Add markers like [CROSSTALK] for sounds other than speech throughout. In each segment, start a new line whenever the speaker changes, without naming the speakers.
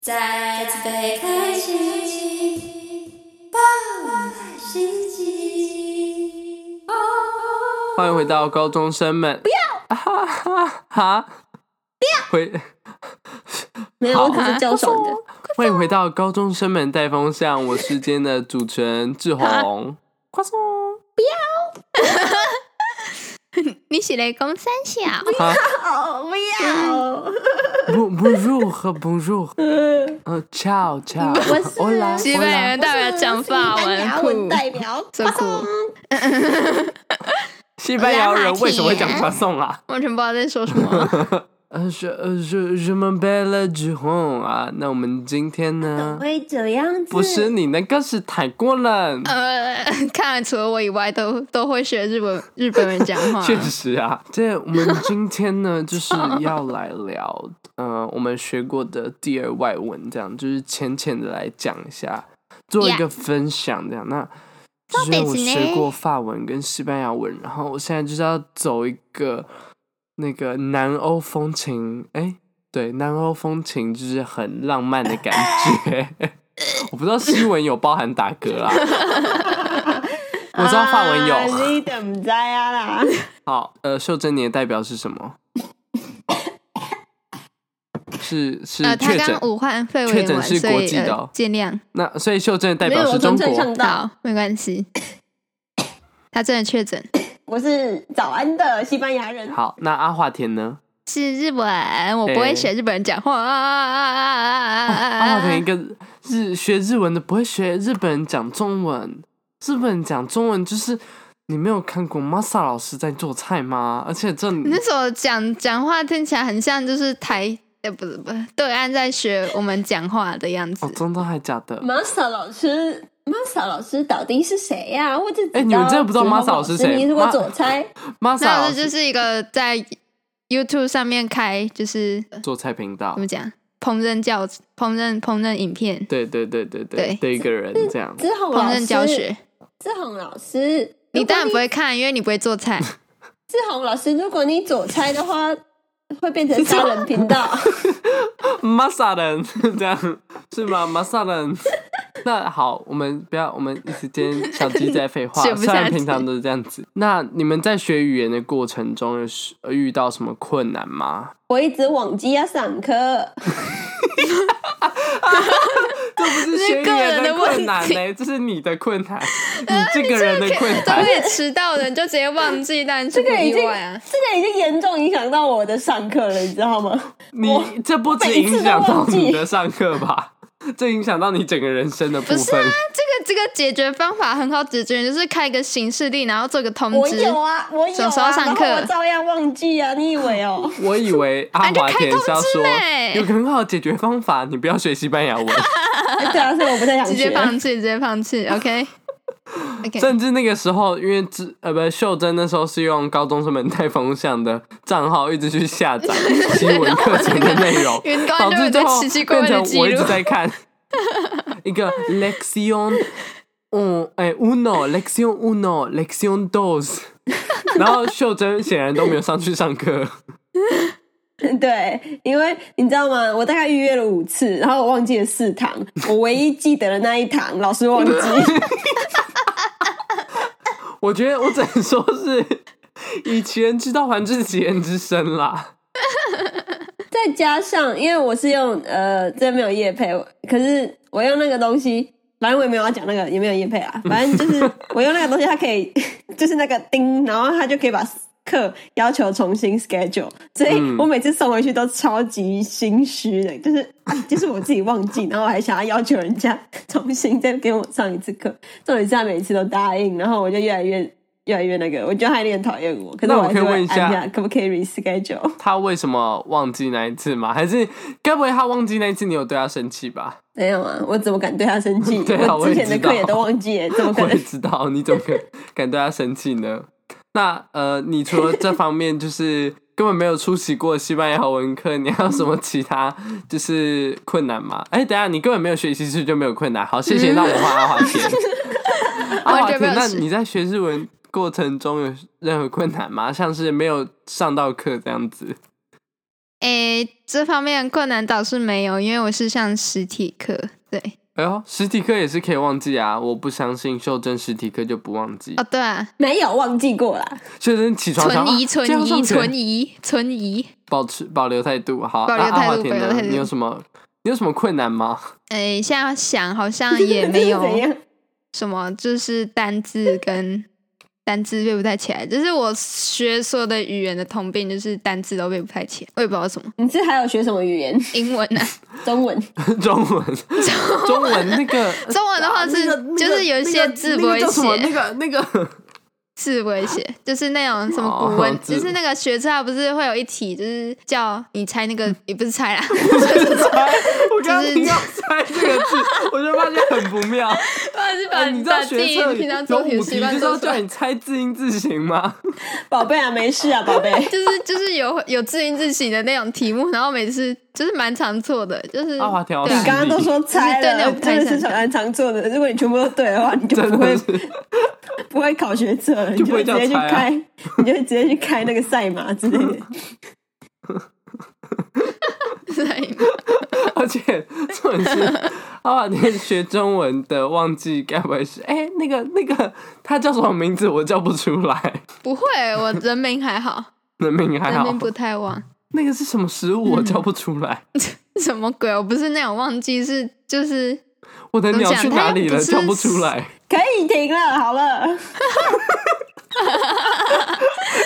再次被开启，爆满心机。
欢迎回到高中生们。不要！哈哈哈！不要！回
没有，我只是叫爽的。
欢迎回到高中生们带风向，我是今天的主持人志宏。快送！
你是来讲三小？
哈
哦，不要！
不不入和不入，呃，ciao ciao，我来，
西班牙人代表讲法文，酷，
代表
so cool，
西班牙人为什么会讲传送啊？
完全不知道在说什么。
呃，是呃是什么 bella 之后啊？那我们今天呢？
会这样子？
不是你那个是泰国人，
呃，看来除了我以外都都会学日本日本人讲话。
确实
[LAUGHS]
啊。这我们今天呢，就是要来聊，
[LAUGHS]
呃，我们学过的第二外文，这样就是浅浅的来讲一下，做一个分享，这样那。就是因为我学过法文跟西班牙文，然后我现在就是要走一个那个南欧风情，哎、对，南欧风情就是很浪漫的感
[LAUGHS]
觉。我不知道西文有包含打嗝啊，我知道法文有。
啊你等不在啊啦？
好，呃，秀珍，你的代表是什
[COUGHS]
么？是是
呃，他
确诊
刚。武汉肺
确
炎
诊
完，
是
所
国
以
际的哦
呃尽量
那所以秀珍的代
没
表
有，
是
我
中
纯粹
国
唱到，
好，没关系。他真的确诊
我是早安的西班牙人。
好，那阿华田呢？
是日文，我不会学日本人讲话。呃
阿华田一个日学日文的不会学日本人讲中文，日本人讲中文就是你没有看过 Masa 老师在做菜吗？而且这
[LAUGHS] 你那时候讲讲话听起来很像就是台，呃，不是不是对岸在学我们讲话的样子
哦，。真的还假的？
Masa 老师，Masa 老师到底是谁呀、我只知道
哎你们真的不知道
子豪
Masa 老师是谁
你如果左猜，
Masa
那
老
这就
师
是一个在 YouTube 上面开，就是呃
做菜频道
怎，么讲，烹饪教烹饪烹饪影片，
对对对对
对
的一个人这样。
志宏
烹
老
饪
师，
教学。
志宏老师，
你当然不
如果
会看，因为你不会做菜。
你。志宏老师，如果你左猜的话，会变成杀人频道。
Masa 人 [LAUGHS] 这样是吗？Masa 人，那好，我们不要，我们一时间小鸡在废话，
[LAUGHS] 学不
虽
下
然
去
平常都是这样子。那你们在学语言的过程中有是呃遇到什么困难吗？
我一直忘记
啊
要上课，
这不是学语言困难呢、这是你的困
[LAUGHS]
难，你
呃
这个人的困
都
难。
会迟到的，你就直接忘记，但这
这个已
意 [LAUGHS]
经、
外啊。
这个已经严重影响到我的上课了，你知道吗？
你这不只
每次
影
都
响到
忘记
你的上课吧，这影响到你整个人生的部
不是啊
分。
这个这个解决方法很好解决，就是开一个行事历，然后做个通
我
知。
有啊，我有
什么
啊，
时候上课
然后我照样忘记啊，你以为哦？
我以为阿
啊就
华
开
田是要
通知
说
嘞
有个很好的解决方法，你不要学西班牙文。
对啊，所以我不太想
直
学
接。放弃，直接放弃。OK，OK，、 [LAUGHS]
甚至那个时候，因为之呃不秀珍那时候是用高中生们带风向的账号一直去下
[LAUGHS]
载新闻课程的内容，
云
导
端
致
就
最
有在
后
奇奇怪
变
怪的
成
记
我一直
录。
在
[LAUGHS]
看一个 lexion，嗯哎 uno lexion uno lexion
[LAUGHS]
dos，然后秀珍显然都没有上去上课，
[LAUGHS] 对，因为你知道吗？我大概预约了五次，然后我忘记了四堂，我唯一记得的那一堂，老师忘记。
我觉得我只能说是以其人之道还治其人之身啦。
再加上，因为我是用呃，这没有夜配，可是我用那个东西，反正我也没有要讲那个，也没有夜配
[LAUGHS]
啊，反正就是我用那个东西，它可以 [LAUGHS] 就是那个钉，然后它就可以把课要求重新 schedule，所以
嗯
我每次送回去都超级心虚的，就是啊就是我自己忘记，然后我还想要要求人家重新再给我上一次课，重点是他每次都答应，然后我就越来越。越来越那个，我觉得他有点讨厌我，可是
那我
还
可
是
以
会
问
按
一下
可不可以 reschedule？
他为什么忘记那一次吗？还是该不会他忘记那一次你有对他生气
[LAUGHS]
吧？
没有啊，我怎么敢对他生气？
[LAUGHS] 对啊
我之前
我也
的
知道
课也都忘记
[LAUGHS]
耶，怎么可
我也
能？
知道，你怎么可敢对他生气呢？那呃，你除了这方面，就是根本没有出席过西班牙文课，你还有什么其他就是困难吗？哎、等一下你根本没有学习，是不是就没有困难？好，谢谢。那我换阿华
[LAUGHS]
田，阿华
完全没
田，
有
啊那
事
你在学日文过程中有任何困难吗？像是没有上到课这样子？
诶，这方面的困难倒是没有，因为我是上实体课。对，
哎呦，实体课也是可以忘记啊！我不相信秀珍实体课就不忘记
哦，。对啊，
没有忘记过啦。
秀珍起床
存
想
疑，
啊
存
这样
疑，
上学
存疑，存疑。
保持保留态度，好。
保留
那阿华
态度
田
保留
呢
态度
你有什么？你有什么困难吗？ [LAUGHS]
诶，现在想好像啊也没
[LAUGHS] 这是怎
有
样？
什么，就是单字跟单字背不太起来，就是我学所有的语言的通病，就是单字都背不太起来，我也不知道什么
你这还有学什么语言？
英文啊，
中文？
中文，中文那
[LAUGHS]
个
中文的话是
那个那个
就是有一些字不会
那个叫什么
写
那个那个
字不会写，就是那种什么古文，
哦字
就是那个学测它不是会有一题，就是叫你猜
[LAUGHS]
那个，也不是猜啦，
我刚刚
就是
听到“猜”这个字，我就发现很不
[LAUGHS]
妙。
我是把
哎，你知道
把
学
自己
测
平常做
有
题的
五
习
题
惯
就是
做
要
出
叫
来，
你猜字音字形
[LAUGHS]
吗？
[LAUGHS] 宝贝啊，没事啊，宝
[LAUGHS]
贝。
就是就是有有自音自省的那种题目，然后每次就是蛮常错的，就是
阿华田老
对啊
师
你
[LAUGHS]
刚刚都说猜
就是对那
了，
种
真的是蛮常做的。如果你全部都对的话，你就不会
真的是
[LAUGHS] 不会考学测了，你
就
就
不会
会直接去
叫猜啊
开，你就会直接去开那个赛马之类
[LAUGHS]
的。
对
而且重点是，阿瓦天学中文的忘记该不会是哎、那个那个他叫什么名字我叫不出来，
不会，我人名还好，
人名 [LAUGHS] 还
人
好
名，不嗯太忘。
那个是什么食物我叫不出来，
什么鬼？我不是那种忘记，是就是
我的鸟去哪里了
怎
叫
么讲它又
不
不是
出来，
可以停了，好
[LAUGHS]
了，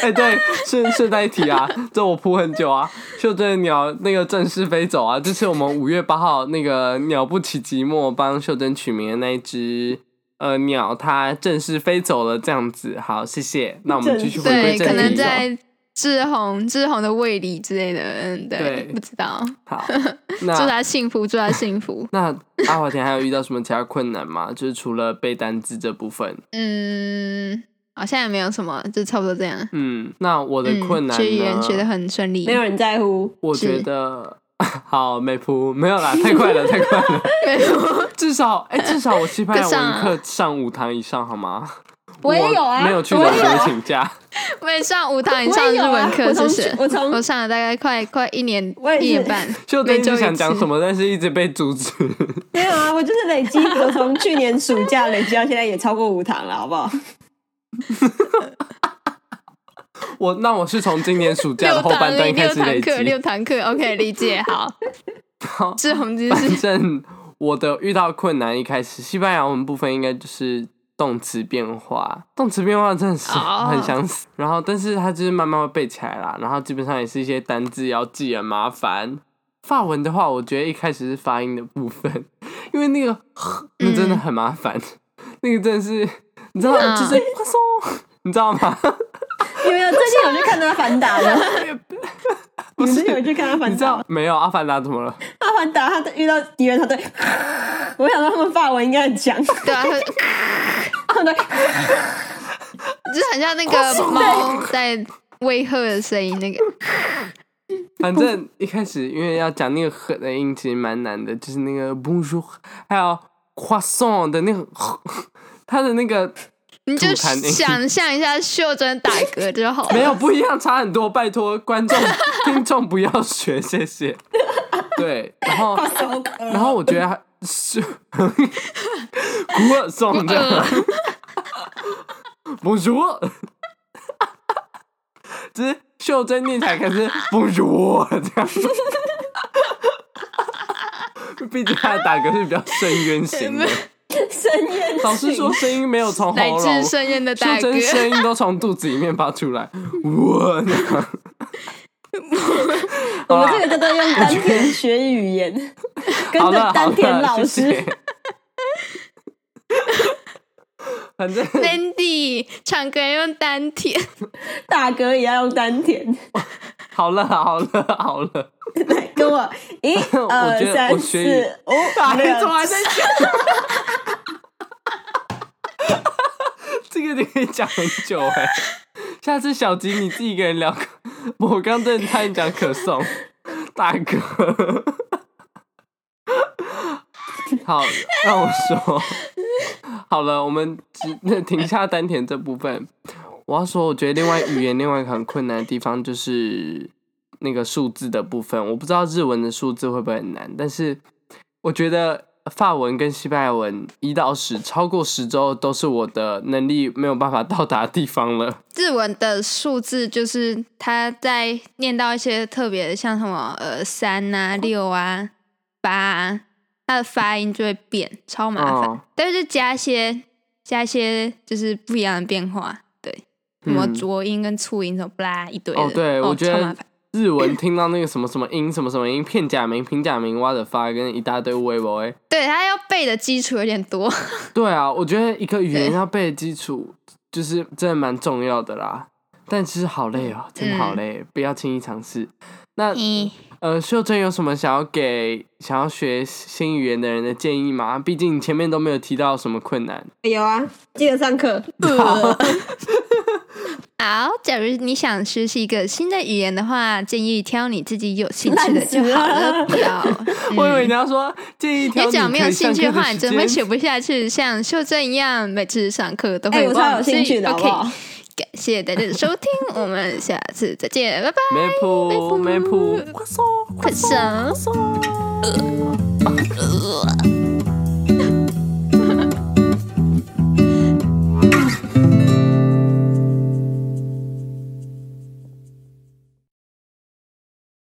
哎、对，顺顺带一提啊，这我铺很久啊，秀珍的鸟那个正式飞走啊，这是我们五月八号那个鸟不起寂寞帮秀珍取名的那一只。呃，鸟它正式飞走了，这样子，好，谢谢。那我们继续回归
对，
正
可
题。哦
能在志宏志宏的胃里之类的，嗯，
对
对，不知道。 [LAUGHS]
好，
祝
那。
他幸福，祝他幸福
那阿华田还有遇到什么其他困难吗？就是除了背单字这部分，
嗯，好像也没有什么，就差不多这样。
嗯，那我的
嗯，
困难
学语言
呢？
学的很顺利，
没有人在乎。
我觉得 [LAUGHS] 好没谱，没有啦，太快了，太快了。 [LAUGHS]
[LAUGHS]
至少哎、至少我西班牙
跟上
文
啊
课上五堂以上好吗？
我也有啊
没有去
我
留
也有
学
啊
请假。
我也上五堂以哎上
我
日
也有啊
文课，
我从
谢谢。
我从
我上了大概快快一年
我也是
一年
[LAUGHS]
半，
秀珍
每
一
周
直
一
想讲
次
什么，但是一直被阻止。 [LAUGHS]
没有啊，我就是累积，我从去年暑假累积到现在也超过五堂了，好 [LAUGHS] 不好？
我那我是从今年暑假的
六
后
堂
半段开
六
始累
堂课六
积。
堂课，OK，理解好。
好
志宏就
[LAUGHS] 反
是
正我的遇到困难一开始，西班牙文部分应该就是动词变化，动词变化真的是
哦
很想死。然后，但是它就是慢慢会背起来啦。然后基本上也是一些单字要记很麻烦。法文的话，我觉得一开始是发音的部分，因为那个呵那真的很麻烦， [LAUGHS] 那个真的是你知道，
嗯
就是哗嗖你知道吗？
有没有？最近我去看他反打 [LAUGHS] 了，
不
你
是
最近，有去看他
[LAUGHS] 你
反
知
打
道
吗，
没有？阿凡达怎么了？
他反打，他遇到敌人，他对， [LAUGHS] 我想说他们法文应该很强， [LAUGHS]
对啊，会
他们对，
就是很像那个猫在威吓的声音，那个
[LAUGHS] 反正一开始因为要讲那个“呵”的音，其实蛮难的，就是那个 bonjour，还有 croissant 的那个 [LAUGHS] 呵，它的那个
你就
吐痰音
想象一下秀珍打嗝就好了。
没有不一样，差很多。拜托观众、听众不要学，谢谢。对，然后然后我觉得还是 [LAUGHS] 古尔颂这
呃
样，bonjour，只是秀珍念起来可
[LAUGHS]
是 bonjour 这样。毕竟他的打嗝是比较深渊型
[LAUGHS]
的，
深渊
老师说声音没有从喉
来
咙，
自
秀
深渊的打
珍
嗝，
声音都从肚子里面发出
[LAUGHS]
来，我呢？
我们这个叫做用丹田学语
[LAUGHS]
言，跟
好
着
了好
丹田
了，
老
谢
师。
谢 [LAUGHS] 反正
Mandy 唱歌用丹田，
大哥也要用丹田。
好了好了好了，
跟我一
[LAUGHS] 我
二
觉得我
三
学语 [LAUGHS]
四五六
还在讲？ [LAUGHS] 这个你可以讲很久哎、下次小吉你自己一个人聊，我刚真的差点讲可颂，大哥。好，让我说。好了，我们只那停下丹田这部分。我要说，我觉得另外语言另外一个很困难的地方就是，那个数字的部分，我不知道日文的数字会不会很难，但是我觉得法文跟西班牙文一到十超过十周都是我的能力没有办法到达的地方了。
日文的数字就是他在念到一些特别的，像什么呃三啊、六啊、八啊，它的发音就会变，超麻烦。
哦
但是就加一些加一些就是不一样的变化，对，什么
嗯
浊音跟促音什么不啦一堆的。
哦，对，我觉
超麻
得
烦。
日文听到那个什么什么音、什么什么音、片假名、平假名、哇的发跟一大堆微博哎，
对他要背的基础有点多，
对啊，我觉得一个语言
对
要背的基础就是真的蛮重要的啦。但其实好累哦，真的好累，不要轻易尝试。那
嗯，
呃，秀珍有什么想要给想要学新语言的人的建议吗？毕竟前面都没有提到什么困难。
有啊，记得上
[LAUGHS]
课。
好，假如你想学习一个新的语言的话，建议挑你自己有兴趣的就好了，不
[LAUGHS]
要。嗯
我以为你要说建议挑
你
你
只要没有
可以
兴
上
趣的
课
话，你
时
真会
间
学不下去。像秀珍一样，每次上课都
哎、
会
我
忘
超有兴趣的，好不
[LAUGHS] OK，
好？
感谢大家的收听，我们下次再见，拜拜。
梅普梅普。
快手。
送。